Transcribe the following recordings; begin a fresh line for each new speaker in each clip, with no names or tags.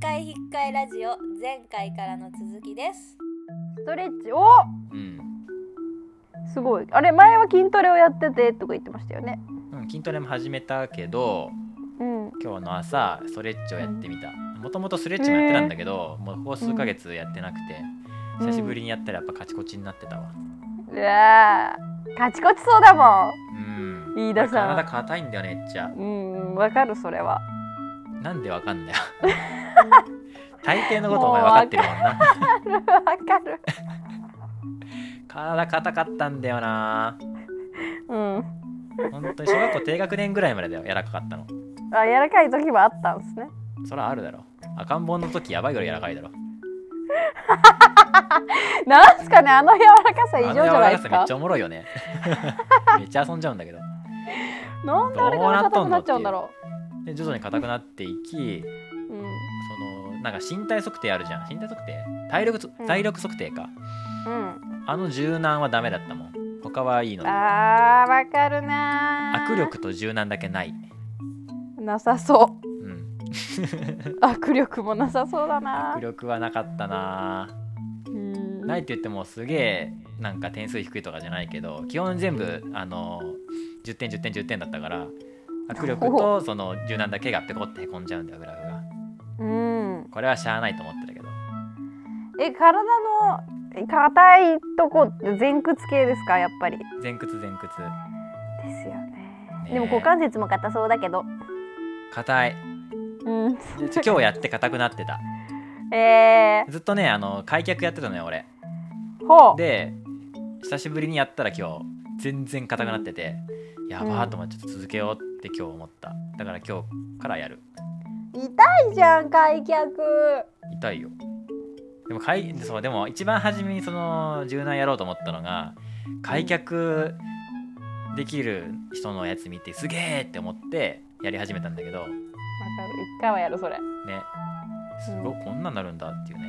会ラジオ前回からの続きです
ストレッチお
うん、
すごいあれ前は筋トレをやっててとか言ってましたよね
うん、筋トレも始めたけど
うん
今日の朝ストレッチをやってみたもともとストレッチもやってたんだけど、もうここ数ヶ月やってなくて、久しぶりにやったらやっぱカチコチになってたわ
うわーカチコチそうだも
うん
飯田さん
体硬いんだよねめっちゃ
んうんわかるそれは
なんでわかんだよ大抵のことお前わかってるもんな
わかる
体硬かったんだよな
うん
本当に小学校低学年ぐらいまでだよ柔らかかったの
あ柔らかい時もあったんですね
そらあるだろ赤ん坊の時やばいぐらい柔らかいだろ
なんすかねあの柔らかさ異
あ
常
の
じ
柔
ゃ
ら
ないで
かさ
す
めっ
か
ちゃおもろいよね めっちゃ遊んじゃうんだけど
なんであれが硬くなっちゃうんだろ
で徐々に硬くなっていき
うう
そのなんか身体測定あるじゃん身体測定体力そ
うん
体力測定か、
ん、
あの柔軟はダメだったもん他はいいの
う
に
ん、あーわかるなー
握力と柔軟だけない、
なさそ
うん、
う握力もなさそうだな
握力はなかったな
うん
ないって言ってもすげえなんか点数低いとかじゃないけど基本全部あの10点10点10点だったから握力とその柔軟だけがペコってへこんじゃうんだよグラフが
うん
これはしゃあないと思ってたけど
え体の硬いとこって前屈系ですかやっぱりで
前屈前屈
すよね
ね
でも股関節も硬そうだけど
硬い
うん
で今日やって硬くなってた
え
ずっとねあの開脚やってたのよ俺
ー、ほう
で久しぶりにやったら今日全然硬くなっててやばーと思ってちょっと続けようって今日思っただから今日からやる
痛いじゃん開脚
痛いよでもかいそうでも一番初めにその柔軟やろうと思ったのが開脚できる人のやつ見てすげーって思ってやり始めたんだけど
わかる一回はやるそれ、
ねすごいこんなんなるんだっていうね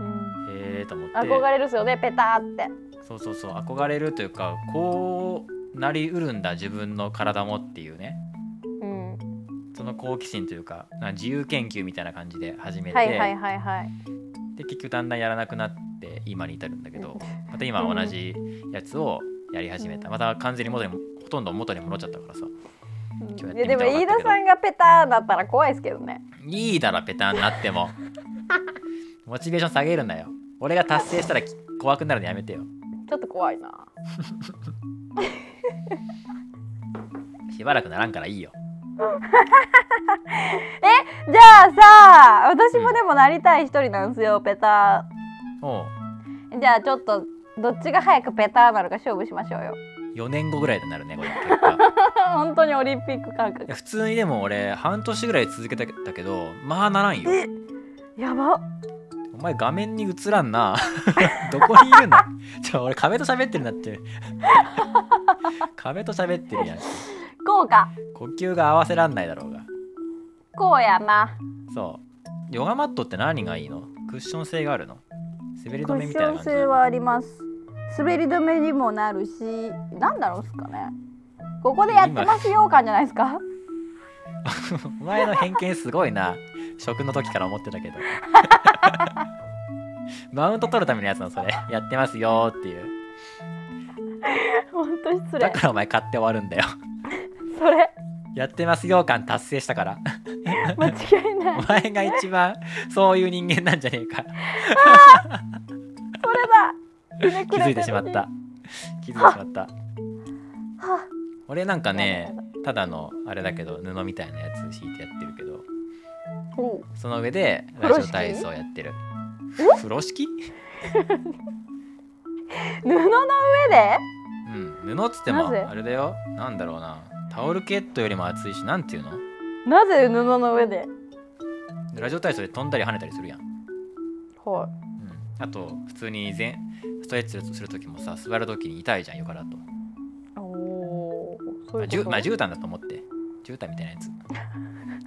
うん、
へえと思って
憧れるっすよねペターって
そうそうそう憧れるというかこうなりうるんだ自分の体もっていうね
うん
その好奇心というかな自由研究みたいな感じで始めて、
はいはいはいはい
で結局だんだんやらなくなって今に至るんだけどまた今は同じやつをやり始めたまた完全に元にほとんど元に戻っちゃったからさ日やって
い
み
やで
たら
も
分
飯
かった
田
けど
さんがペターだったら怖いですけどね
いいだろペタンなっ てもモチベーション下げるなよ俺が達成したらき怖くなるのやめてよ
ちょっと怖いな
しばらくならんからいいよ
じゃあさ私もでもなりたい一人なんですよペタ
も
ーじゃあちょっとどっちが早くペターなるか勝負しましょうよ
う4年後ぐらいになるねこれ結果
本当にオリンピック感覚
いや普通にでも俺半年ぐらい続けてたけどまあならんよ
やば
お前画面に映らんな。 どこにいるの ちょ、俺壁と喋ってるなって。 壁と喋ってるやん。
こうか
呼吸が合わせらんないだろうが。
こうやな
そう。ヨガマットって何がいいのクッション性があるの滑り
ク
止め
ッ
み
シ
た
ョ
いな
ン
感じ
性
なの
はあります滑り止めにもなるしなんだろうっすかねここでやってますよ感じゃないですか
お前の偏見すごいな。食の時から思ってたけ ど。マウント取るためのやつなのそれ。やってますよーっていう。
本当失
だ
礼
からお前買って終わるんだよ。
それ
やってますよー感達成した から。
間違いない
お前が一番そういう人間なんじゃねえ か。
それだ
気づいてしまった気づいてしまった
は
俺なんかねただのあれだけど布みたいなやつ敷いてやってるけど
お
その上で
風呂
ラジ
敷
オ体操やってる風呂敷
布の上で
うん布っつっても
なぜ
あれだよなんだろうなタオルケットよりも厚いしなんていうの
なぜ布の上で
ラジオ体操で飛んだり跳ねたりするやん、うん、
は
あと普通に前ストレッチするする時もさ座る時に痛いじゃん床だと
いおーそう
まあ
いう
じ
こ
ゅ
と
まあ絨毯だと思って絨毯みたいなやつ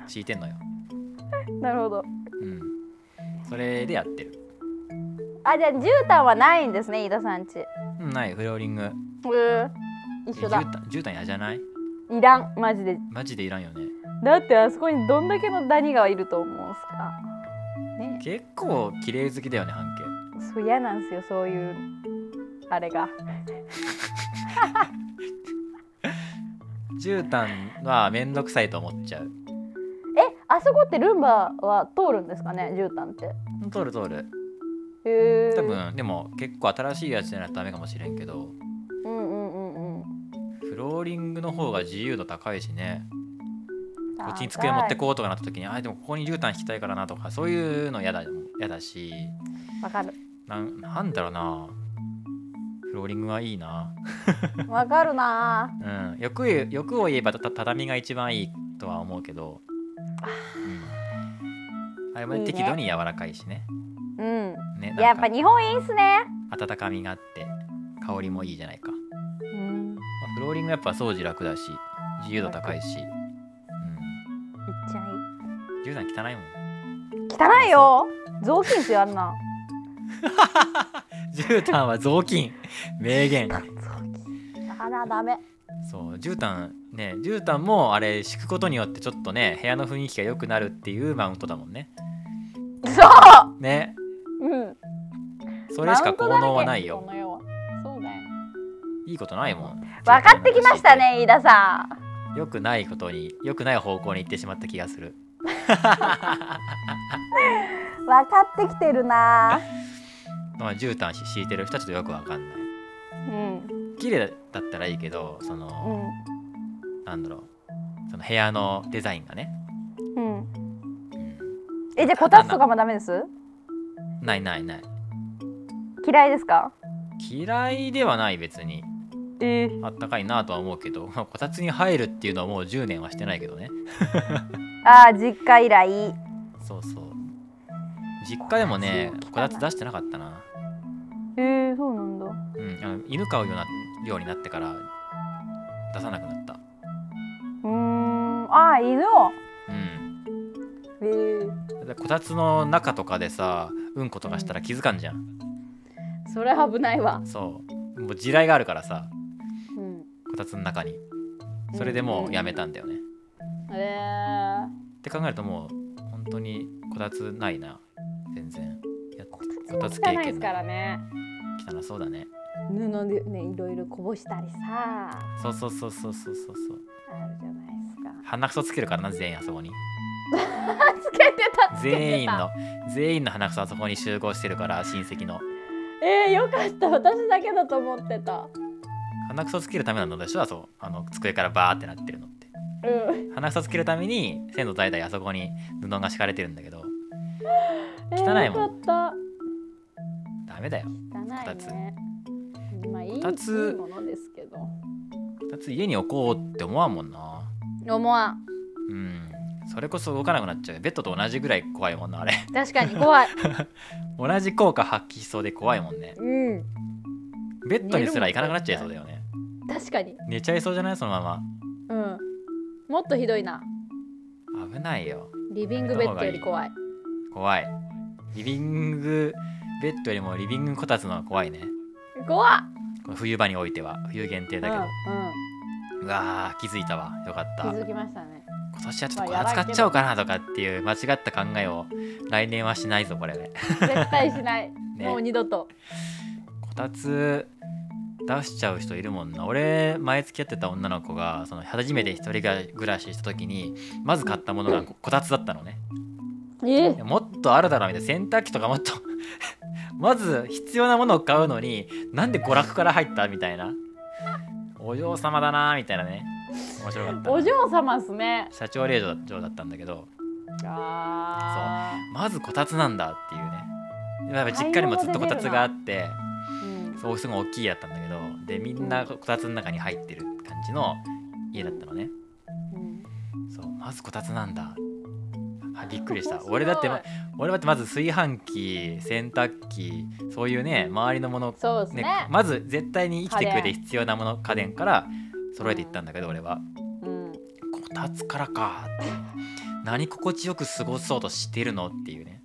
敷いてんのよ
なるほど
うんそれでやってる
あじゃあ絨毯はないんですね飯田さんち
うんないフローリング
うん一緒だ
え絨毯絨毯嫌じゃない
いらんマジで
マジでいらんよね
だってあそこにどんだけのダニがいると思うんすかね
結構綺麗好きだよね半径
そう嫌なんですよそういうあれが
絨毯は面倒くさいと思っちゃう
えあそこってルンバは通るんですかね絨毯って
通る通る
へえ
多分でも結構新しいやつじゃないとダメかもしれんけど
うんうんうんうん
フローリングの方が自由度高いしねこっちに机
高い
持ってこうとかなった時にあでもここに絨毯引きたいからなとかそういうの嫌だ嫌だし
わかる
なんなんだろうなフローリングはいいな
わかるな
うん、欲言う欲を言えばたた畳が一番いいとは思うけど、うん、あれも
いいね
適度に柔らかいしね
ぁうん
ね
や
な
っ
ん
ぱ
か
日本いいっすね
温かみがあって香りもいいじゃないか、ま
うん
あフローリングやっぱ掃除楽だし自由度高いし、
いっちゃい
うん、絨毯汚いもん
汚いよ雑巾ってあんな
絨毯は雑巾名言
雑巾あらダメ
そう絨毯ね絨毯もあれ敷くことによってちょっとね部屋の雰囲気が良くなるっていうマウントだもんね
そ
ね
ううん
それしか効能はない
マ
よ
ウントだらけこの世はそうだよ
いいことないもん。
分かってきました。ね飯田さん
よくないことに、よくない方向に行ってしまった気がする。
分かってきてるな
まあ、絨毯敷いてる人はちょっとよくわかんない。
うん
綺麗だったらいいけど、その、なんだろう。その部屋のデザインがね。
うんうん
うん
えじゃあこたつとかもダメです
ないないない。
嫌いですか
嫌いではない別に。
え
あったかいなとは思うけど、 まあこたつに入るっていうのはもう10年はしてないけどね。
あー実家以来
そうそう。実家でもね
こたつ、汚い
こたつ出してなかったな。
えー、そうなんだ
うん、あの犬飼うようなようになってから出さなくなった。
うーんあー犬を
うん。
えー、
でこたつの中とかでさうんことかしたら気づかんじゃん
それ危ないわ、
そうもう地雷があるからさ
うん、
こたつの中にそれでもうやめたんだよね
え
って考えるともう本当にこたつないな全然やこ
ー、
たつ経験ない
ね
汚そうだね
布でねいろいろこぼしたりさ
そうそうそうそうそうそうそう
あるじゃないですか
鼻くそつけるからな全員あそこに
つけてた
全員の全員の鼻くそあそこに集合してるから親戚の
えー、よかった私だけだと思ってた
鼻くそつけるためなのでしょあそうあの机からバーってなってるのって
うん
鼻くそつけるために先祖代々あそこに布が敷かれてるんだけど
え
汚いもん
よかった
ダメだよ
汚いねまあいいいい
こたつ
ものですけど
だって家に置こうって思わんもんな
思わん
うんそれこそ動かなくなっちゃうベッドと同じぐらい怖いもんなあれ
確かに怖い
同じ効果発揮しそうで怖いもんね
うん
ベッドにすら行かなくなっちゃいそうだよね
確かに
寝ちゃいそうじゃないそのま
うんもっとひどいな
ま危ないよ
リビングベッドより怖い
怖いリビングベッドよりもリビングこたつの方が怖いね
怖っ
この冬場においては冬限定だけど、
う
うわー気づいたわよかった
んうん、気づきましたね
今年はちょっとこ
まあ
れ
やば
使
い
っちゃおうかなとかっていう間違った考えを来年はしないぞこれね
絶対し ない、もう二度と
こたつ出しちゃう人いるもんな俺前付き合ってた女の子がその初めて一人暮らしした時にまず買ったものがここたつだったのね
え
いやもっとあるだろうみたいな洗濯機とかもっと まず必要なものを買うのになんで娯楽から入ったみたいなお嬢様だなみたいなね面白かったな
お嬢様っすね
社長令嬢だったんだけど
あ
まずこたつなんだっていうねやっぱ実家にもずっとこたつがあって
そう、うん、
そうすごい大きい家だったんだけどでみんなこたつの中に入ってる感じの家だったのねそうまずこたつなんだあびっくりした
面白い
俺だってま俺だってまず炊飯器洗濯機そういうね周りのもの、
そうですね
ねまず絶対に生きていく上で
家電
必要なもの家電から揃えていったんだけど俺は
うん、
こたつからかって何心地よく過ごそうとしてるのっていうね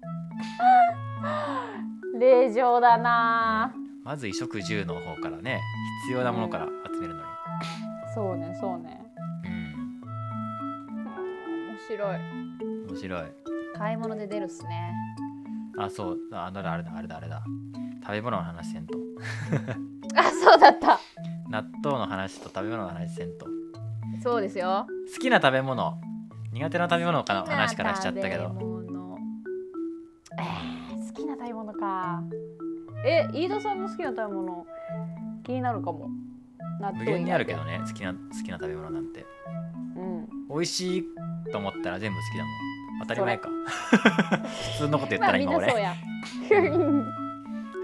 令嬢だな
まず衣食住の方からね必要なものから集めるのに、
そうねそうね
う
う
ん、
ん面白い
面白い
買い物で出るっすね
あそうあのあれだあれだあれだ食べ物の話せんと
あそうだった
納豆の話と食べ物の話せんと
そうですよ
好きな食べ物苦手な食べ物かの話からしちゃっ
好
たけ
きな
ど
食べ物えー好きな食べ物かえ飯田さんの好きな食べ物気になるかも納
無
豆以外で
限にあるけどね好きな好きな食べ物なんて
うん
美味しいと思ったら全部好きだもん当たり前か普通のこと言ったら今
まあみんなそう
俺
や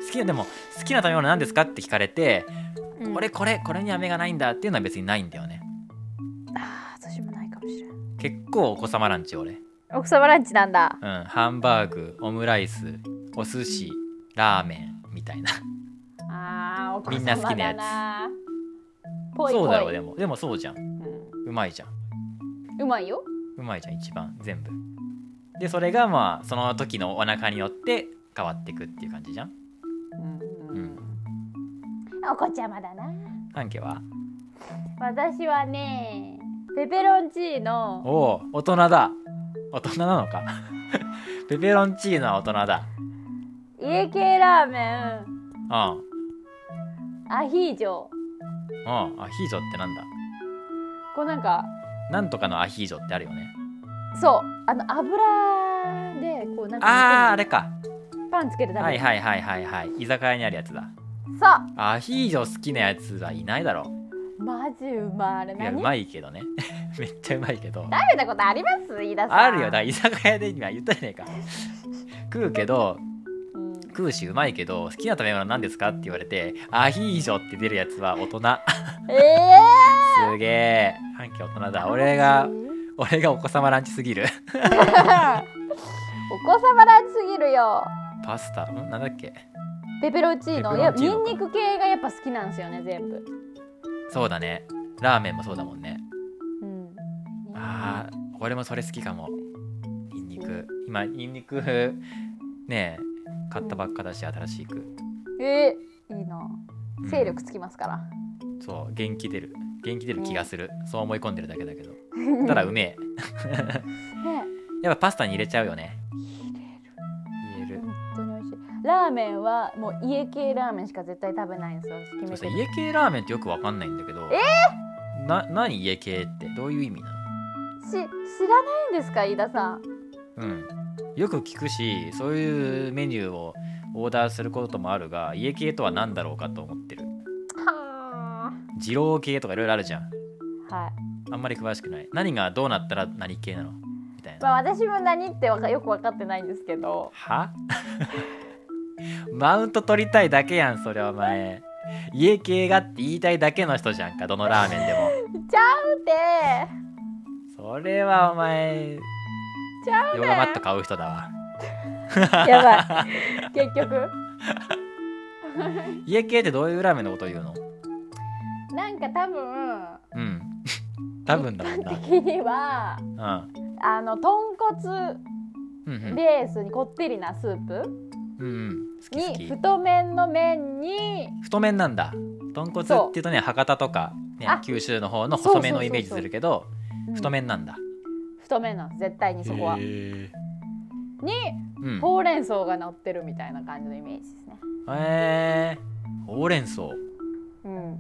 好きなでも好きな食べ物何ですかって聞かれて、
うん
これこれこれに飴がないんだっていうのは別にないんだよね
あー私もないかもしれない
結構お子様ランチ俺
奥様ランチなんだ
うんハンバーグオムライスお寿司ラーメンみたいな
あーお子
みんな好きなやつ
つぽいぽい
そうだろうでもでもそうじゃん
う
うまいじゃん
んうまいよ
うまいじゃん一番全部でそれがまあその時のお腹によって変わってくっていう感じじゃん
うん
う
お子ちゃまだな
関係は
私はねペペロンチーノ
おお大人だ大人なのか ペペロンチーノは大人だ
家系ラーメン
うん
アヒージョ
うんアヒージョってなんだ
こうなんか
なんとかのアヒージョってあるよね
そうあの油でこうなんか
あーあれか
パンつけて食べる、
はいはいはいはいはい居酒屋にあるやつだ
そ
アヒージョ好きなやつはいないだろ
うマジうまいあれ
いやう
何食
まいけどね めっちゃうまいけど
べたことあります飯田さん
あるよだから居酒屋で今言ったじゃねえか食うけど
うん
食うしうまいけど好きな食べ物なんですかって言われてアヒージョって出るやつは大人
ええ
すげえ半径大人だ俺が俺がお子様ランチすぎる
お子様ランチすぎるよ
パスタんなんだっけ
ペペロンチーノ
ペ
い
ペロ
や
ンチー
ニ
ノ
ン
か
ニク系がやっぱ好きなんですよね全部
そうだねラーメンもそうだもんね
うん
あー俺もそれ好きかもニンニク今ニンニクねえ買ったばっかだし新しく、
えーいいな
うん
勢力つきますから、
そう元気出る元気出る気がする、そう思い込んでるだけだけどただうめえ
ね
やっぱパスタに入れちゃうよね入れる
本当に美味しいラーメンはもう家系ラーメンしか絶対食べないんですよ私決
そう
め
さ
てる
家系ラーメンってよくわかんないんだけどな何家系ってどういう意味な
し知らないんですか飯田さん
のうんよく聞くしそういうメニューをオーダーすることもあるが家系とは何だろうかと思ってる
は
二郎系とかいろいろあるじゃん
ーはい
あんまり詳しくない何がどうなったら何系なのみたいな
まあ私も何ってわかよく分かってないんですけど
はマウント取りたいだけやんそれお前家系がって言いたいだけの人じゃんかどのラーメンでも
ちゃうて
それはお前
ちゃう
ヨ
ね
ガマット買う人だわ
やばい 結局
家系ってどういうラーメンのことを言うの
なんか多分
うん 多分だもんな
的にはあの豚骨
うんうんうん
ベースにこってりなスープ
うんうん好き好
に
き
太麺の麺に
太麺なんだ豚骨
そう
っていうとね博多とか、ね
あ、
九州の方の
そうそ
細
うそうそう
麺のイメージするけど太麺なんだ
うん太麺なんです絶対にそこは
へ
に
えうん
ほうれん草が乗ってるみたいな感じのイメージですね
へえほうれん草
うん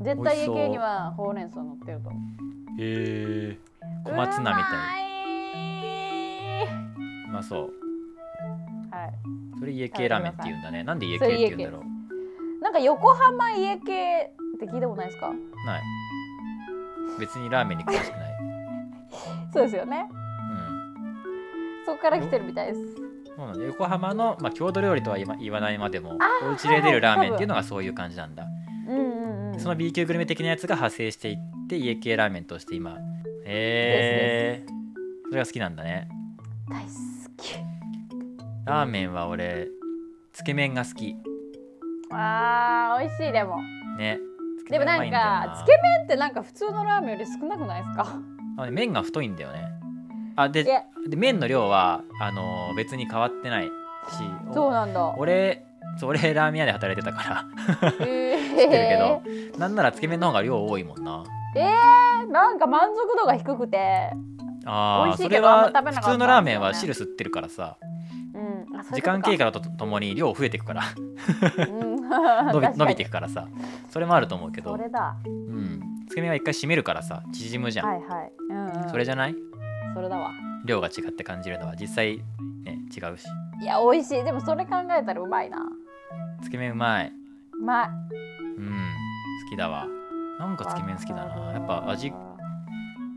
絶対家系にはほうれん草乗ってると思
へえ
う
小松菜みたいな
いう
まそう
まいはい
それ家系ラーメンって言うんだねなんで家系って言うんだろ
なんか横浜家系って聞いたことないですか
うない別にラーメンに詳しくない
そうですよね
うん
そこから来てるみたいです
そうなんだ横浜の、まあ、郷土料理とは言わ言わないまでもお家で出るラーメンっていうのがそういう感じなんだ、
うんうんうん
その B 級グルメ的なやつが派生していって家系ラーメンとして今へえそれが好きなんだね
大好き
ラーメンは俺つけ麺が好き
あー美味しいでも
ね
でもなんかつけ麺ってなんか普通のラーメンより少なくないですか
麺麺が太いんだよねあで
いや
で麺の量はあのー別に変わってないしお
そうなんだ
俺そう俺ラーメン屋で働いてたから
えー、
知ってるけどなんならつけ麺の方が量多いもんな
なんか満足度が低くて美
ああ
味し
そ
い
れ
けどあんま
は
食べなかったんですよね
普通のラーメンは汁吸ってるからさ
うんあそういうこと
時
か
間経過とともに量増えていく から
うん
伸
確
び
かに
伸びていくからさそれもあると思うけど
それだ
うん、つけ麺は一回締めるからさ縮むじゃん、
はいはい、うんうん、
それじゃない
それだわ
量が違って感じるのは実際ね違うし
いや美味しいでもそれ考えたらうまいな
つけ麺うまい
ままい
うん好きだわなんかつけ麺好きだなやっぱ味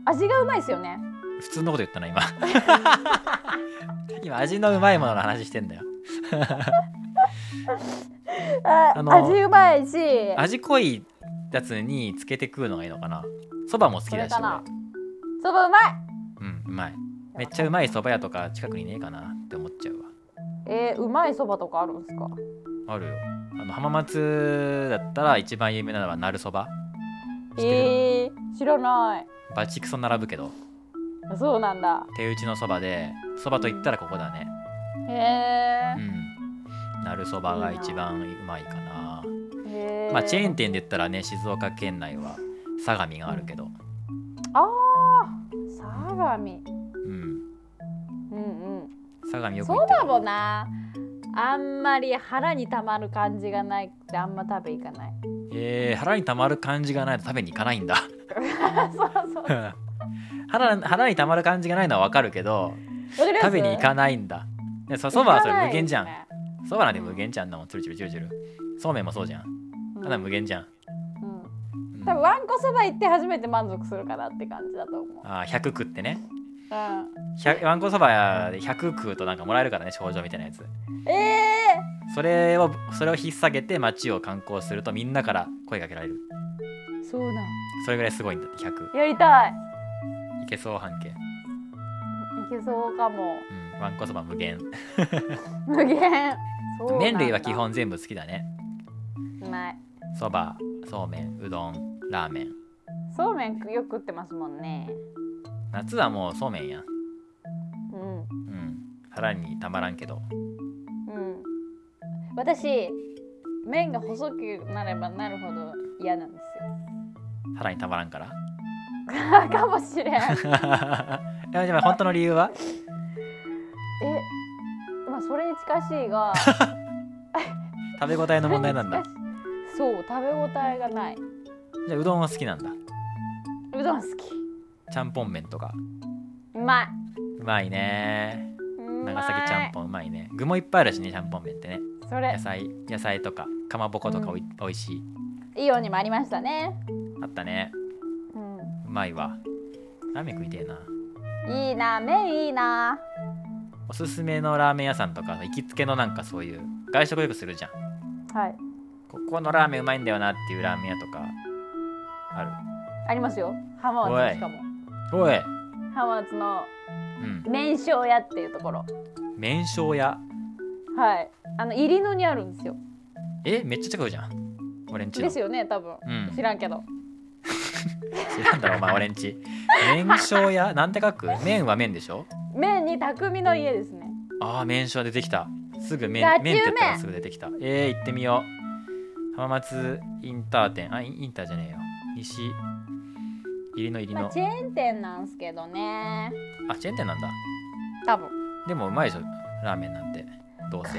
味がうまいですよね
普通のこと言ったな今 今味のうまいものの話してんだよ
あ
あの
味うまいし
味濃いやつにつけて食うのがいいのかなそばも好き
それ
だし
かなそばうまい
俺うんうまいめっちゃうまいそば屋とか近くにねえかなって思っちゃうわ
えーうまいそばとかあるんですか
あるよあの浜松だったら一番有名なのはなるそば知ってる、
えー、知らない
バチクソ並ぶけど
そうなんだ
手打ちのそばでそばと言ったらここだね
へ
うんなるそばが一番うまいかな
えへえ
まあチェーン店で言ったらね静岡県内は相模があるけど
あー相模
うん
うんうん
相模よく
そ
行って
ば
た
もなあんまり腹にたまる感じがないってあんま食べいかない
えー、腹にたまる感じがないと食べに行かないんだ
そうそうわか
腹腹にたまる感じがないのはわかるけど
ります
食べに行かないんだでそそ
行
ばは
か
それ
ない
無限じゃん
ですね
そばなんて無限じゃんあんなもんつるつるつるつるそうめんもそうじゃん
うん
ただ無限じゃん、
うん
うん
多分わんこそば行って初めて満足するかなって感じだと思う
あー100食ってね
う
100わんこそばで100食うとなんかもらえるからね賞状みたいなやつ
んえ
それをそれを引っ提げて街を観光するとみんなから声かけられる
ー、そうなん
それぐらいすごいんだって100
やりたい
いけそう半径
いけそうかも
うんわんこそば無限
無限そうなんだ
麺類は基本全部好きだね
うまい
そばそうめんうどんラーメン
そうめんよく食ってますもんね
夏はもうそうめんやん
うん
うん腹にたまらんけど
うん私麺が細くなればなるほど嫌なんです
腹にたまらんから
よ かもしれんえ
でもでも本当の理由は
まあそれに近しいが
食べ応えの問題なん
それに
だ
近し そう食べ応えがないう
じゃあうどんは好きなんだ
どん好き
ちゃんぽん麺とか
うまいう
まいね
うまい
長崎ちゃんぽんうまいね具もいっぱいあるしねちゃんぽん麺ってね
それ
野菜野菜とかかまぼことかおい,、おいしい
イオンにもありましたね
あったね
うん
うまいわラーメン食いてえない
いな麺いいな
おすすめのラーメン屋さんとか行きつけのなんかそういう外食よくするじゃん
はい
ここのラーメンうまいんだよなっていうラーメン屋とかある
ありますよ浜
おい
松しかも
おい
浜松の
うん
麺醤屋っていうところ
麺醤屋
はいあの入野にあるんですよ
えめっちゃ近くじゃん俺んちの
ですよね多分、
うん
知らんけど
知らんだろお前俺んち麺醤屋なんて書く麺は麺でしょ
麺に匠の家ですね
ああ麺醤出てきたすぐ麺
ガチ
麺って言ったら
麺
すぐ出てきたえー、行ってみよう浜松インター店あインインターじゃねえよ西入りの入り
ま
の
あチェーン店なんすけどね
あチェーン店なんだ
多分
でもうまいでしょラーメンなんてどうせ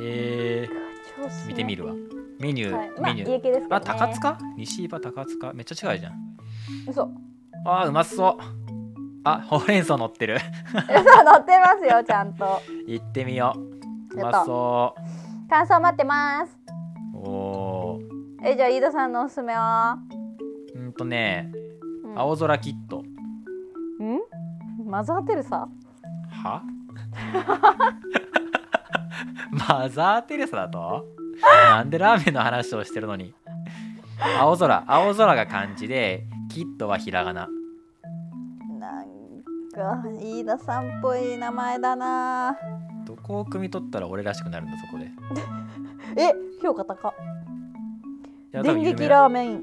えー、見てみ
る、
るわメニュー、
はい、まあ
メニ
家
ュー
系ですけどね
あ高塚西岩高塚めっちゃ近いじゃん
嘘
あーうまそうあほうれん草乗ってる
嘘乗ってますよちゃんと
行ってみようう
やった
まそ
感想待ってます
うおー
えじゃあ飯田さんのおすすめは、
うんとね
うん、
青空キット
んマザー・テレサ
は マザー・テレサだとなんでラーメンの話をしてるのに青空青空が漢字でキットはひらがな
なんか飯田さんっぽい名前だな
どこを汲み取ったら俺らしくなるんだそこでい
え評価高
や多
電
分有
撃
名
ラ
だ
ーメン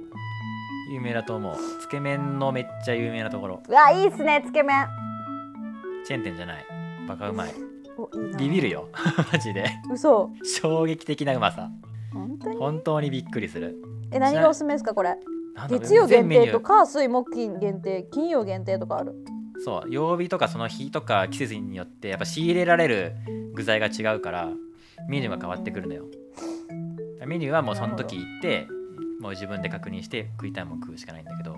有名だと思うつけ麺のめっちゃ有名なところ
うわいいっすねつけ麺
チェーン店じゃないバカうまい
おいいな
ビビるよ マジで
嘘
衝撃的なうまさ
本当に
本当にびっくりする
え何がおすすめですかこれ
なんだろう
月曜限
全メニ
定
ュ
と
ー
火水木金限定金曜限定とかある
そう曜日とかその日とか季節によってやっぱ仕入れられる具材が違うからメニューが変わってくるのよメニューはもうその時行ってもう自分で確認して食いたいもん食うしかないんだけど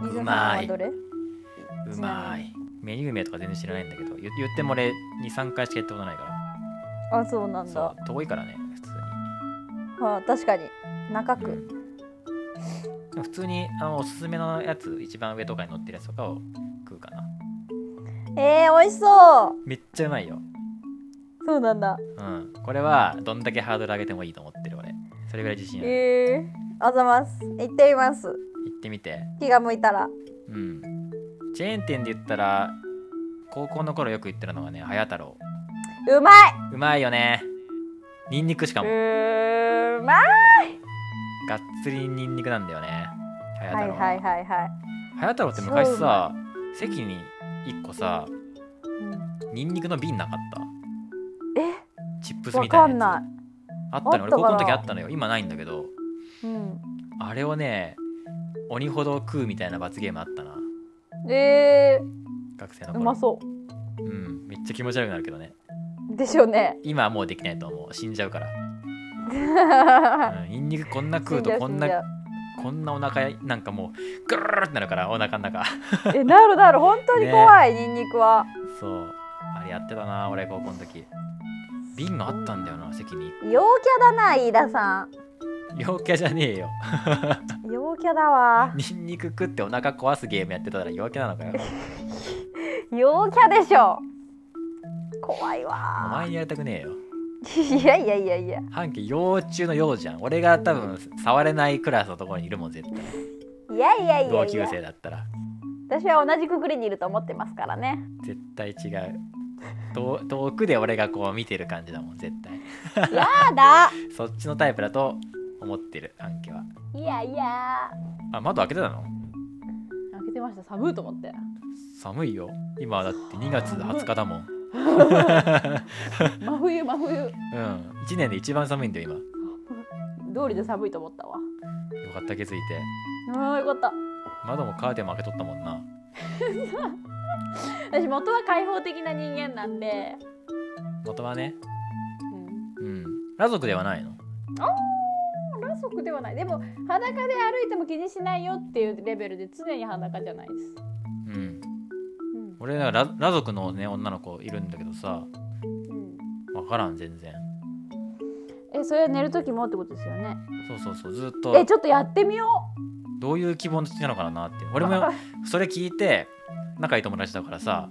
飯
う
田
ま
さん
い
はどれ
うまいメニュー名とか全然知らないんだけど言言っても俺23回しかやったことないから
あそうなん
そ
だ
う遠いからね普通に
あ確かに中区
でも普通にあのおすすめのやつ一番上とかに載ってるやつとかを食うかな
えー、美味しそう
めっちゃうまいよ
そうなんだ
うんこれはどんだけハードル上げてもいいと思ってる俺それぐらい自信ある
えー、あざます行ってみます
行ってみて
気が向いたら
うんチェーン店で言ったら高校の頃よく行ってるのがね早太郎
うまいう
まいよねニンニクしか
う
も
ーまい
がっつりニンニクなんだよね早
は
太
い
郎
はいはいはい、
早太郎って昔さ席に1個さ
うん
ニンニクの瓶なかった
え
チップス
わ
みたい
か
なんや
な
つあったの
あっ
俺
た
高
かな
校の時あったのよ今ないんだけど
い、うん、
あれをね鬼ほど食うみたいな罰ゲームあったな
え
学生の
ー、う
頃、
まそう
ん、めっちゃ気持ち悪くなるけどね
うでしょうね
今はもうできないと思う死んじゃうからうんニンニクこんな 食
死
うん
じゃ
と
う
こん
死んじゃ
な
う
こんなお腹なんかもうグルルルってなるからお腹の中
えなるなる本当に怖い、ニンニクは
そうあれやってたな俺高校の時瓶があったんだよな席に
陽キャだな飯田さん
陽キャじゃねえよ
陽キャだわ
ニンニク食ってお腹壊すゲームやってたら陽キャなのかよ
陽キャでしょ怖い
お
わ
前にやりたくねえよ
いやいやいやいや
半径幼中の幼じゃん俺が多分触れないクラスのところにいるもん絶対
いやいやいや
同
い
級
や
生だったら
私は同じくくりにいると思ってますからね
絶対違う遠遠くで俺がこう見てる感じだもん絶対
やだ
そっちのタイプだと思ってる半径はい
やいや
あ窓開けてたの
開けてました寒いと思って
寒いよ今だって2月20日だもん
真冬真冬
うん1年で一番寒いんだよ
通りで寒いと思ったわ
今よかった気づいて
あーよかった
窓もカーテンも開けとったもんな
私元は開放的な人間なんで、
元はね
う
うん裸族ではないの
ん、裸足ではないでも裸で歩いても気にしないよっていうレベルで常に裸じゃないです、
うん
うん
俺だから裸族のね女の子いるんだけどさ
うん、
分からん全然
えそれは寝る時もってことですよね
そうそうそうずっ
え
と
ちょっとやってみよ
どういう希望の土なのかなって
う
俺も
あ
それ聞いて仲いい友達だからさ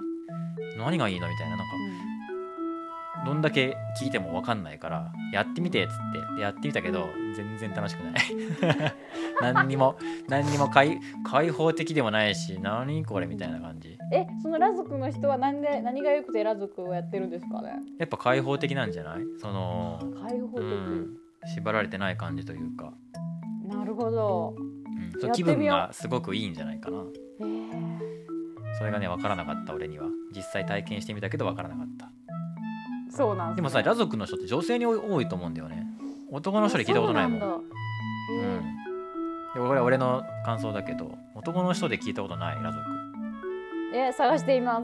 何がいいのみたいななんか
う
どんだけ聞いても分かんないからやってみてっつってでやってみたけど全然楽しくない 何にも何にも開開放的でもないし何これみたいな感じ
んえその裸族の人は何で何がよくて裸族をやってるんですかね
やっぱ開放的なんじゃないその
開放
う
的、
ん縛られてない感じというか、
なるほど
うん、そう
やって
気
みよう
分がすごくいいんじゃないかな
えー、
それがね分からなかった俺には実際体験してみたけど分からなかった
そうなんすね
でもさ裸族の人って女性に多いと思うんだよね男の人で聞いたことないも
あ
ん
そう
う
なんだへ
ん、でこれは俺の感想だけど男の人で聞いたことない裸族
ーえー探していま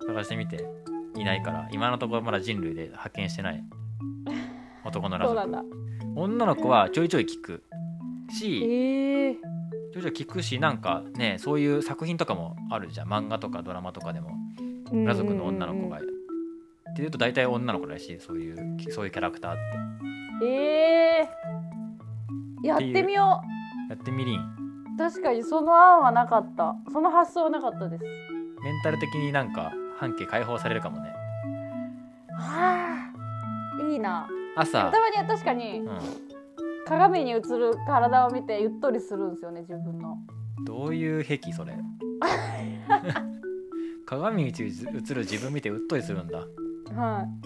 す
探してみていないから今のところまだ人類で発見してない男の
そう
裸
な
族
んだ
女の子はちょいちょい聞く
え
し
ー、
ちょいちょい聞くしなんかねそういう作品とかもあるじゃん漫画とかドラマとかでも裸族の女の子がっていうと大体女の子らしいそういうそういうキャラクターって
えー、やってみよ
やってみりん
う確かにその案はなかったその発想はなかったです
メンタル的になんか半径解放されるかもね
あーいいなた
朝、
まには確かに
う
鏡に映る体を見てゆっとりするんですよね自分の
ん、どういう癖それ鏡に映る自分見てうっとりするんだ
はい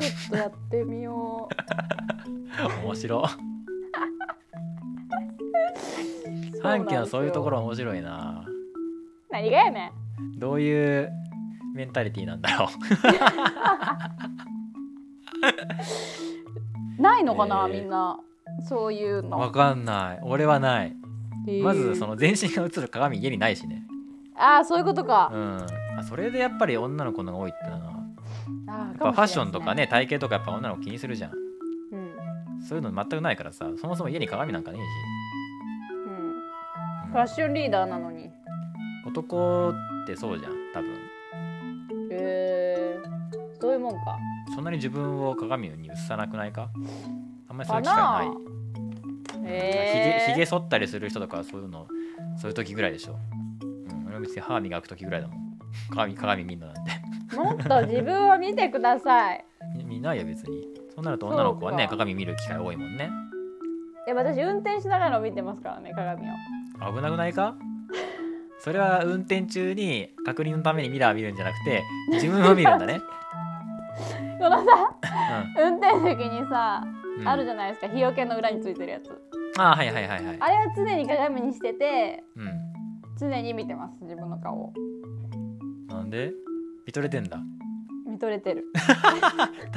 ちょっとやってみよ
面白
うそうなん
半
です
径
よ
のそういうところ面白いな
何がやねん
どういうメンタリティなんだろう
ないのかな、
えー
みんなそういうの
わかんない俺はないまずそ
の
の全身が映る鏡家にないしね
ああそういうことか
う、ん、あそれでやっぱり女の子の方が多いってのは
あー
やっ
かもしれないですね
ぱファッションとかね体型とかやっぱ女の子気にするじゃん
うん
そういうの全くないからさそもそも家に鏡なんかねえし
うん
うん
ファッションリーダーなのに
男ってそうじゃん多分
へえそういうもんか
そんなに自分を鏡に映さなくないかあんまりそう
か
いう機会
な
ない
へ
ひげひ
え
げ剃ったりする人とかはそういうのそういう時ぐらいでしょ、うん、俺も別に歯磨く時ぐらいだもん鏡鏡見んのなんて
もっと自分を見てください
み見ないよ別にそうなると女の子はね
そうか
鏡見る機会多いもんね
でも私運転しながら見てますからね鏡を
危なくないかそれは運転中に確認のためにミラー見るんじゃなくて自分を見るんだね、
このさ
う
運転席にさ、
んうん、
あるじゃないですか日よけの裏についてるやつ
あはいはいはいはい
あれは常に鏡にしてて
うん
常に見てます自分の顔を
なんで見とれてんだ
見とれてる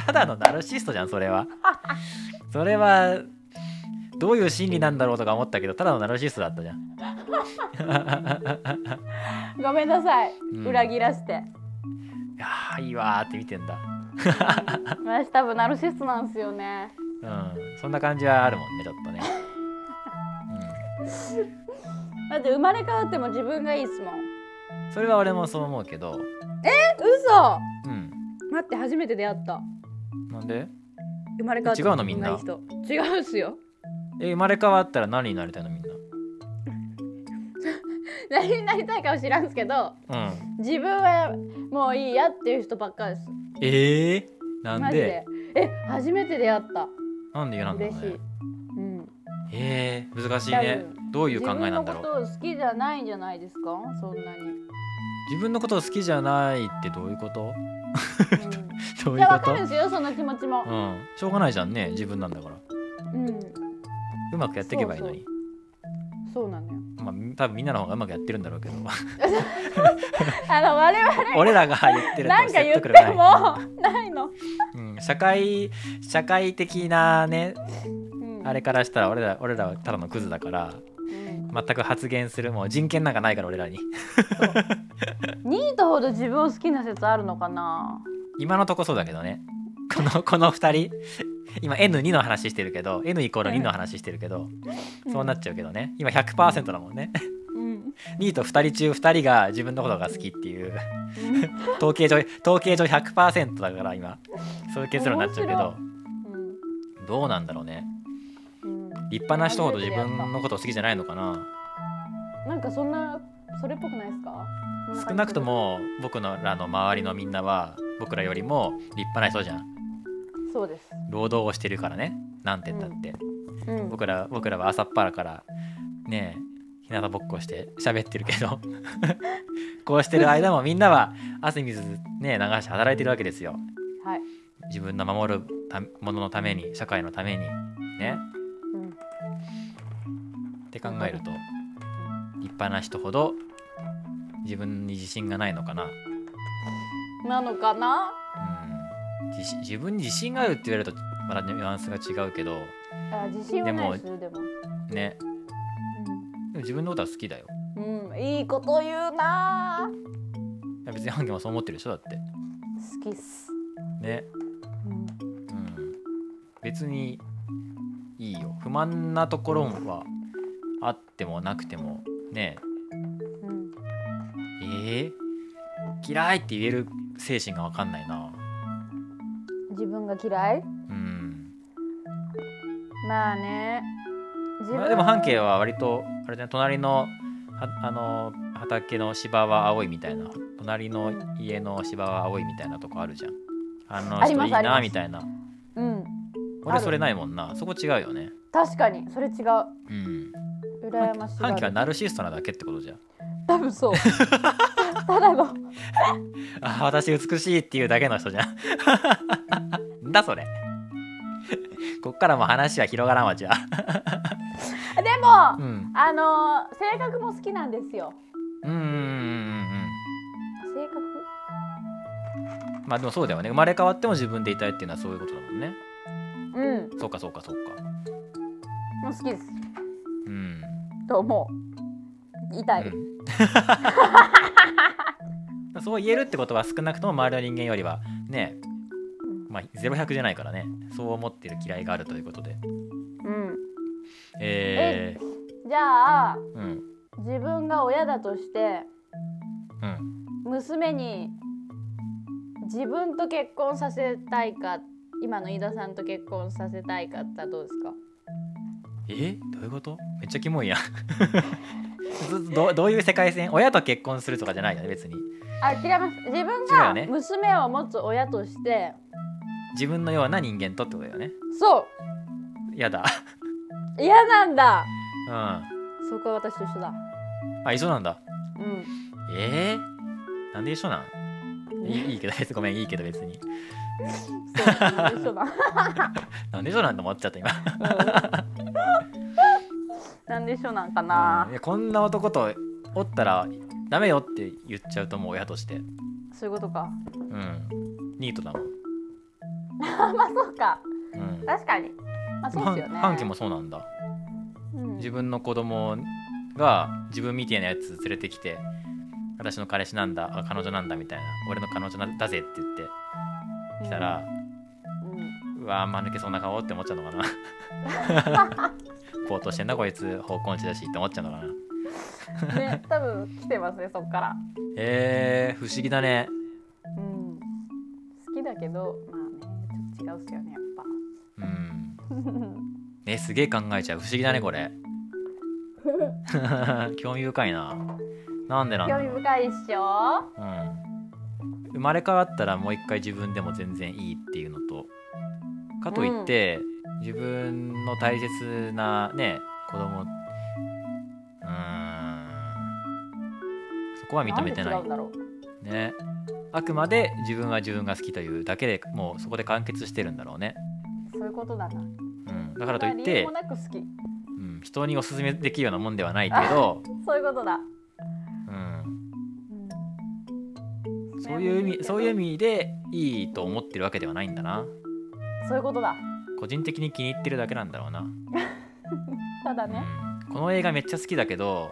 ただのナルシストじゃんそれ はそれはどういう心理なんだろうとか思ったけどただのナルシストだったじゃん
ごめんなさい、
うん
裏切らして
いやーいいわーって見てんだ
私多分ナルシストなんですよね
うんそんな感じはあるもんねちょっ とね、
だって生まれ変わっても自分がいいっすもん
うん、それは俺もそう思うけど
え嘘
うん
待って初めて出会った
なんで
生まれ変わって
違うのみんな
自分がいい人違うっすよ
え生まれ変わったら何になりたいのみん
何になりたいかは知らんすけど
なうん
自分はもういいやっていう人ばっかりです
ええー、な
マ
ん
ジ
で
でえ初めて出会った
なんで嫌なんだろ
嬉
う
しい、
ね
うん、
えー、難しいね
多分
どういう考えなんだろ
自
う
分のことを好きじゃないんじゃないですかそん なに、
自分のことを好きじゃないってどういうこと
う、
どう
い
んいう
やわ
こ
か
と
るんですよその気持ちも、
うん、しょうがないじゃんね自分なんだから
うん、
うまくやっていけばいいのに
そうなのよ
まあ多分みんなの方がうまくやってるんだろう けど
あの我々
俺らが言ってると
なんか言
説
って
得力ない
もないの、
うん、社会社会的なね
うん、
あれからしたら俺ら俺らはただのクズだから
うん
全く発言するもう人権なんかないから俺らに
ニートほど自分を好きな説あるのかな
今のとこそうだけどねこのこの2人今 N2 の話してるけど N イコール2の話してるけどそうなっちゃうけどね今100%だもんね
うん
2位と2人中2人が自分のことが好きっていう統計上統計上100%だから今そういう結論になっちゃうけど
うん
どうなんだろうね
うん
立派な人ほど自分のことを好きじゃないのかな
なんかそんなそれっぽくないですかそん感じ
少なくとも僕のらの周りのみんなは僕らよりも立派な人じゃん
そうです、
労働をしてるからねなんて言ったって、
うん、
僕ら僕らは朝っぱらからねえ日向ぼっこして喋ってるけど こうしてる間もみんなは汗水ね流して働いてるわけですよ
はい、
自分の守るたもののために社会のためにね
うん、
って考えると立派な人ほど自分に自信がないのかな、
なのかな
うん、自信自分に自信があるって言われるとまだニュアンスが違うけど
あ自信はないです
で
でも
ねでも自分のことは好きだよ
うん、うん、いいこと言うなあ
いや別にハンギもそう思ってるでしょだって
好きっす、
ね
うん、
うん別にいいよ不満なところはあってもなくてもね
うん、
えー嫌いって言える精神が分かんないな
自分が嫌い
うん
まあね自
まあ、でも半径は割とあれだね隣のはあの畑の芝は青いみたいな隣の家の芝は青いみたいなとこあるじゃんあの
あり
人
ます
いい
ありま
な
す
みたいな
うんあ
俺
る
それないもんなそこ違うよね
確かにそれ違う
うん
羨ましい
半径はナルシストなだけってことじゃん
多分そう ただの
あー私美しいっていうだけの人じゃんなんだそれこっからもう話は広がらんわじゃあ
でも、
うん
あのー性格も好きなんですよ
うんうんうんうん
性格
うんまあでもそうだよね生まれ変わっても自分でいたいっていうのはそういうことだもんね
うん
そうかそうかそうか
もう好きです
うん
と思う痛い、
うん そう言えるってことは少なくとも周りの人間よりはねまあ0100じゃないからねそう思ってる嫌いがあるということで
うん
え
じゃあ
ー、うん
自分が親だとして
うん
娘に自分と結婚させたいか今の飯田さんと結婚させたいかってどうですか
えどういうことめっちゃキモいやん ずどどういう世界線親と結婚するとかじゃないよね別に
あ違います自分
違
が
うね
娘を持つ親として
自分のような人間とってことだよね
そ
やだ
う嫌なんだ
うんあ
そこは私と一緒だ
一緒なんだ
うん
えー、なんで一緒なんいいいいけど別にごめんいいけど別に
そう私と一緒 だ
なんで一緒なんて思っちゃった今
なんで一緒なんか
う
なん
いやこんな男とおったらダメよって言っちゃうともう親として
そういうことか
うんニートだもん、
まあそうか
うん
確かにまあそうですよね
半半期もそうなんだ
うん
自分の子供が自分みたいなやつ連れてきて私の彼氏なんだあ彼女なんだみたいな俺の彼女なだぜって言ってきた
う
ら、
んうん
うわー間抜けそうな顔って思っちゃうのかな ぼーっとしてんなこいつ方向音痴だしって思っちゃうのかな
ね多分来てますねそっから
えー、不思議だね
うん好きだけどまあねちょっと違うっすよねやっぱ
うんねすげえ考えちゃう不思議だねこ れ興味深いななんでなんだ
興
ろ
味
う、
深いっしょ
うん、生まれ変わったらもう一回自分でも全然いいっていうのとかといって、自分の大切なね子供うーんそこは認めてな
で違
ん
うんだ
い
ろ
ねあくまで自分は自分が好きというだけでもうそこで完結してるんだろうね、
うそういうことだな
うん、だからといっ
理
て
由も、なく好き
うん、人におすすめできるようなもんではないけど
そういうことだ、
うん、
う
そういう意味そういう意味でいいと思ってるわけではないんだな
味そういうことだ
個人的に気に入ってるだけなんだろうな、
ただね
うんこの映画めっちゃ好きだけど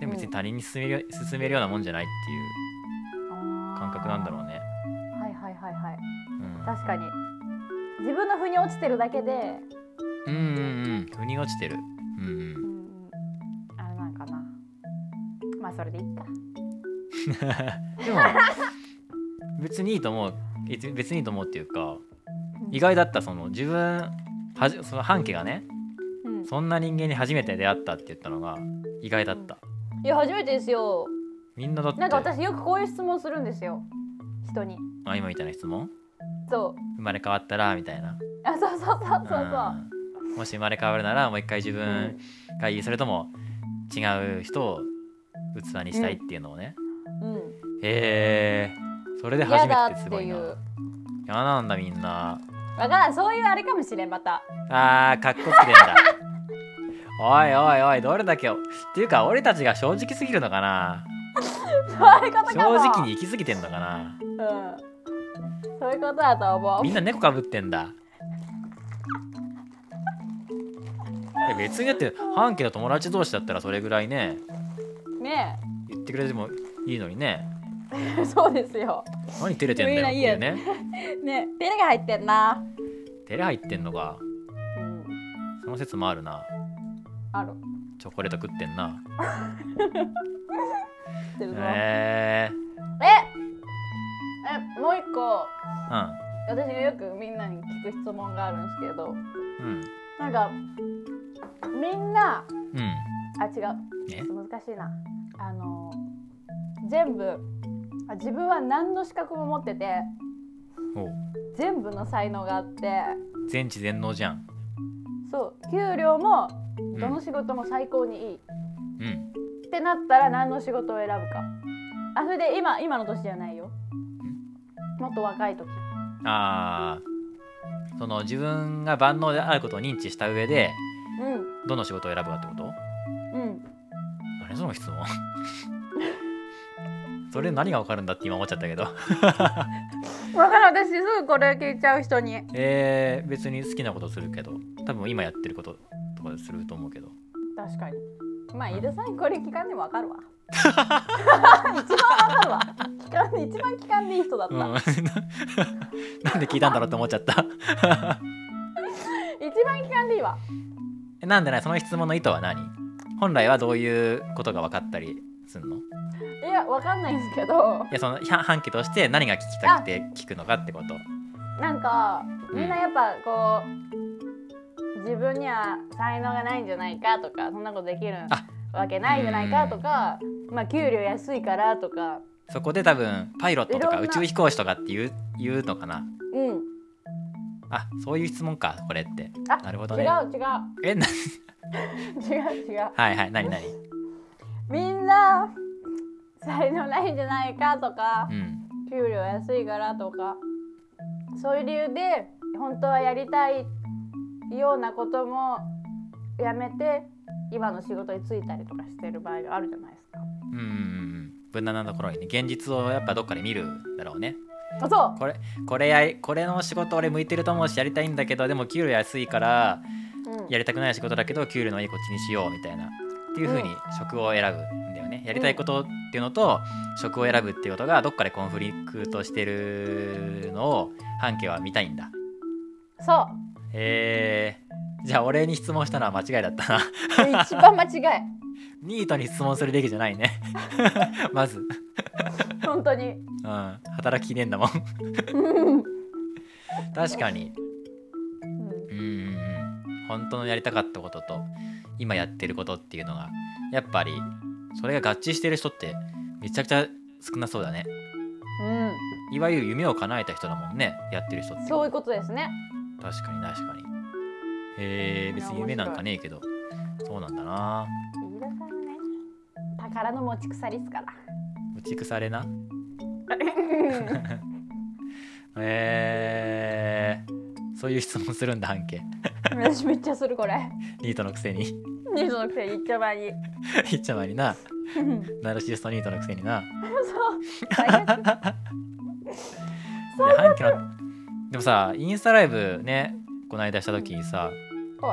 でも別に他人に勧める,、勧めるようなもんじゃないっていう
感
感覚なんだろうね、
はいはいはいはい
うん、
確かに自分の腑に落ちてるだけで、
うんうんうん腑に落ちてるうんう
うん
ん
うん、あれなんかなまあそれでいいか
でも別にいいと思うえ別にいいと思うっていうか
うん
意外だったその自分はじその半家がね
うん
そんな人間に初めて出会ったって言ったのが意外だった、
いや初めてですよ
みんなだって
なんか私よくこういう質問するんですよ人に
あ今みたいな質問
そう
生まれ変わったらみたいな
あそうそうそうそうそう
うんもし生まれ変わるならもう一回自分がいいそれとも違う人を器にしたいっていうのをね、
うん
へえそれで初
嫌だ
めてっ
って
てすごい
い
な
う
嫌なんだみんな
わからんそういうあれかもしれんまた
あーかっこつけて んだおいおいおいどれだけっていうか俺たちが正直すぎるのかな
そういうこと
正
かも
直に行き過ぎてんのかな
うんそういうことだと思う
みんな猫かぶってんだえ別にだって半家の友達同士だったらそれぐらいね
ね
言ってくれてもいいのにね
えそうですよ
何照れてんだよっていうね
ねえ手が入ってんな
照れ入ってんのか
うん
その説もあるな
ある
チョコレート食ってんな
知ってるぞえ
へえ
えもう一個
ー、
私がよくみんなに聞く質問があるんですけど
うんうん
なんかみんな
うん
あ違う
え
難しいなあの全部あ自分は何の資格も持ってて
おう
全部の才能があって
全知全能じゃん
そう給料も
うん
どの仕事も最高にいい、
うん
ってなったら何の仕事を選ぶかあそれで今今の年じゃないよもっと若い時
あーその自分が万能であることを認知した上で
う
どの仕事を選ぶかってこと
んうん
何その質問 それ何が分かるんだって今思っちゃったけど
分からん私すぐこれ聞いちゃう人に
えー、別に好きなことするけど多分今やってることとかすると思うけど
確かに まあ井田さんこれ聞かんでも分かるわ一番分かるわ聞かんで一番聞かんでいい人だっ
う
た、
ん、
一
な なんで聞いたんだろうって思っちゃった
番聞かんでいいわ
えなんでないその質問の意図は何本来はどういうことが分かったりするのい
いやわかんないんですけど
やそのは半期として何が聞きたくて聞くのかってこと
なんか
うん
みんなやっぱこう自分には才能がないんじゃないかとかそんなことできる
あ
わけないんじゃないかとかまあ給料安いからとか
そこで多分パイロットと
いろ
か
んな
宇宙飛行士とかって言う言うのかな
うん
あそういう質問かこれって
あ
なるほど
違う
ね
違
えな
う違う違う
はいはい何何
みんな才能ないんじゃないかとか
うん
給料安いからとかそういう理由で本当はやりたいようなこともやめて今の仕事に就いたりとかしてる場合があるじゃないですか。
うんうんうん分断なところにね現実をやっぱどっかで見るだろうね
あそう
これこれやこれの仕事俺向いてると思うしやりたいんだけどでも給料安いから
うん
やりたくない仕事だけど給料のいいこっちにしようみたいなっていう風に職を選ぶんだよねやりたいことっていうのと職を選ぶっていうことがどっかでコンフリクトしてるのを半径は見たいんだ
そう
えー、じゃあ俺に質問したのは間違いだったな
一番間違い
ニートに質問するべきじゃないね まず、
本当に
うん、働きねえんだもん 確かに
うん
うんうんうん本当のやりたかったことと今やってることっていうのがやっぱりそれが合致してる人ってめちゃくちゃ少なそうだねいわゆる夢を叶えた人だもんねやってる人っ
うん
て
そういうことですね
確かに確かにへえ別に夢なんかねえけどそうなんだな
飯田さんはね宝の持ち腐りっすから
打ち腐れ なえー、そういう質問するんだ半径
私めっちゃするこれ
ニートのくせに
ニュースのくせに一丁前 に
いっちゃまになナルシストニートのくせにな
そう最悪
いや半径のでもさインスタライブねこないだした時にさ
おい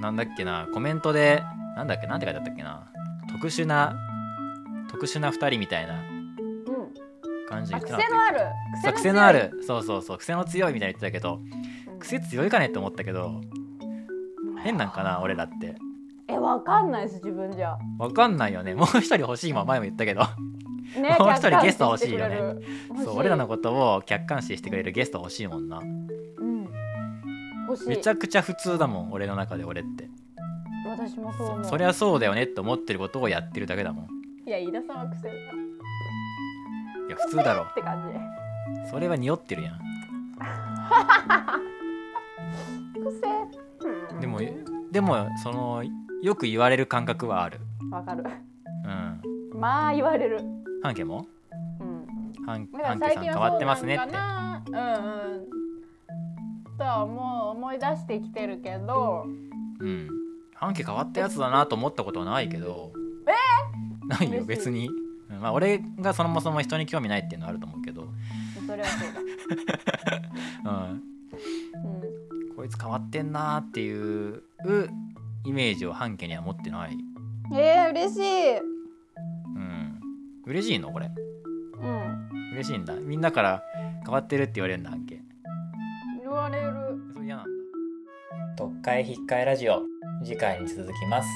なんだっけなコメントでなんだっけなんて書いてあったっけな特殊な特殊な2人みたいな
うん
感じで
あ
言って
癖
なかった
のある
そ
強
う
い
癖のあるそうそうそう癖の強いみたいに言ってたけど
うん
癖強いかねって思ったけど変なんかな俺らって
えわかんないです自分じゃ
わかんないよねもう一人欲しい今前も言ったけど
ね
もう 一人
客観視
ゲスト欲しいよね
てくれる欲しい
そう俺らのことを客観視してくれるゲスト欲しいもんな
うん欲しい
めちゃくちゃ普通だもん俺の中で俺って
私もそう
そ
思う
そりゃそうだよねって思ってることをやってるだけだもん
いや飯田さんは癖だない
や普通だろ
って感じ
それは匂ってるやん
癖
でもでもそのよく言われる感覚はある
わかる
うん
まあ言われる
半径も
うん
半
だから
半径さん変わってますねっ
な
て
のかなうんうんとはもう思い出してきてるけど
うん半径変わったやつだなと思ったことはないけどないよ
嬉し
別
い
に、うんまあ俺がそもそも人に興味ないっていうのはあると思うけど、
それはそうだ、
うん、
う
こいつ変わってんなーっていうイメージを半径には持ってない
ん、えー、嬉しい
うん嬉しいのこれ
うん
嬉しいんだみんなから変わってるって言われるんだ半径
言われる
それ嫌なんだ読解引っ換えラジオ次回に続きます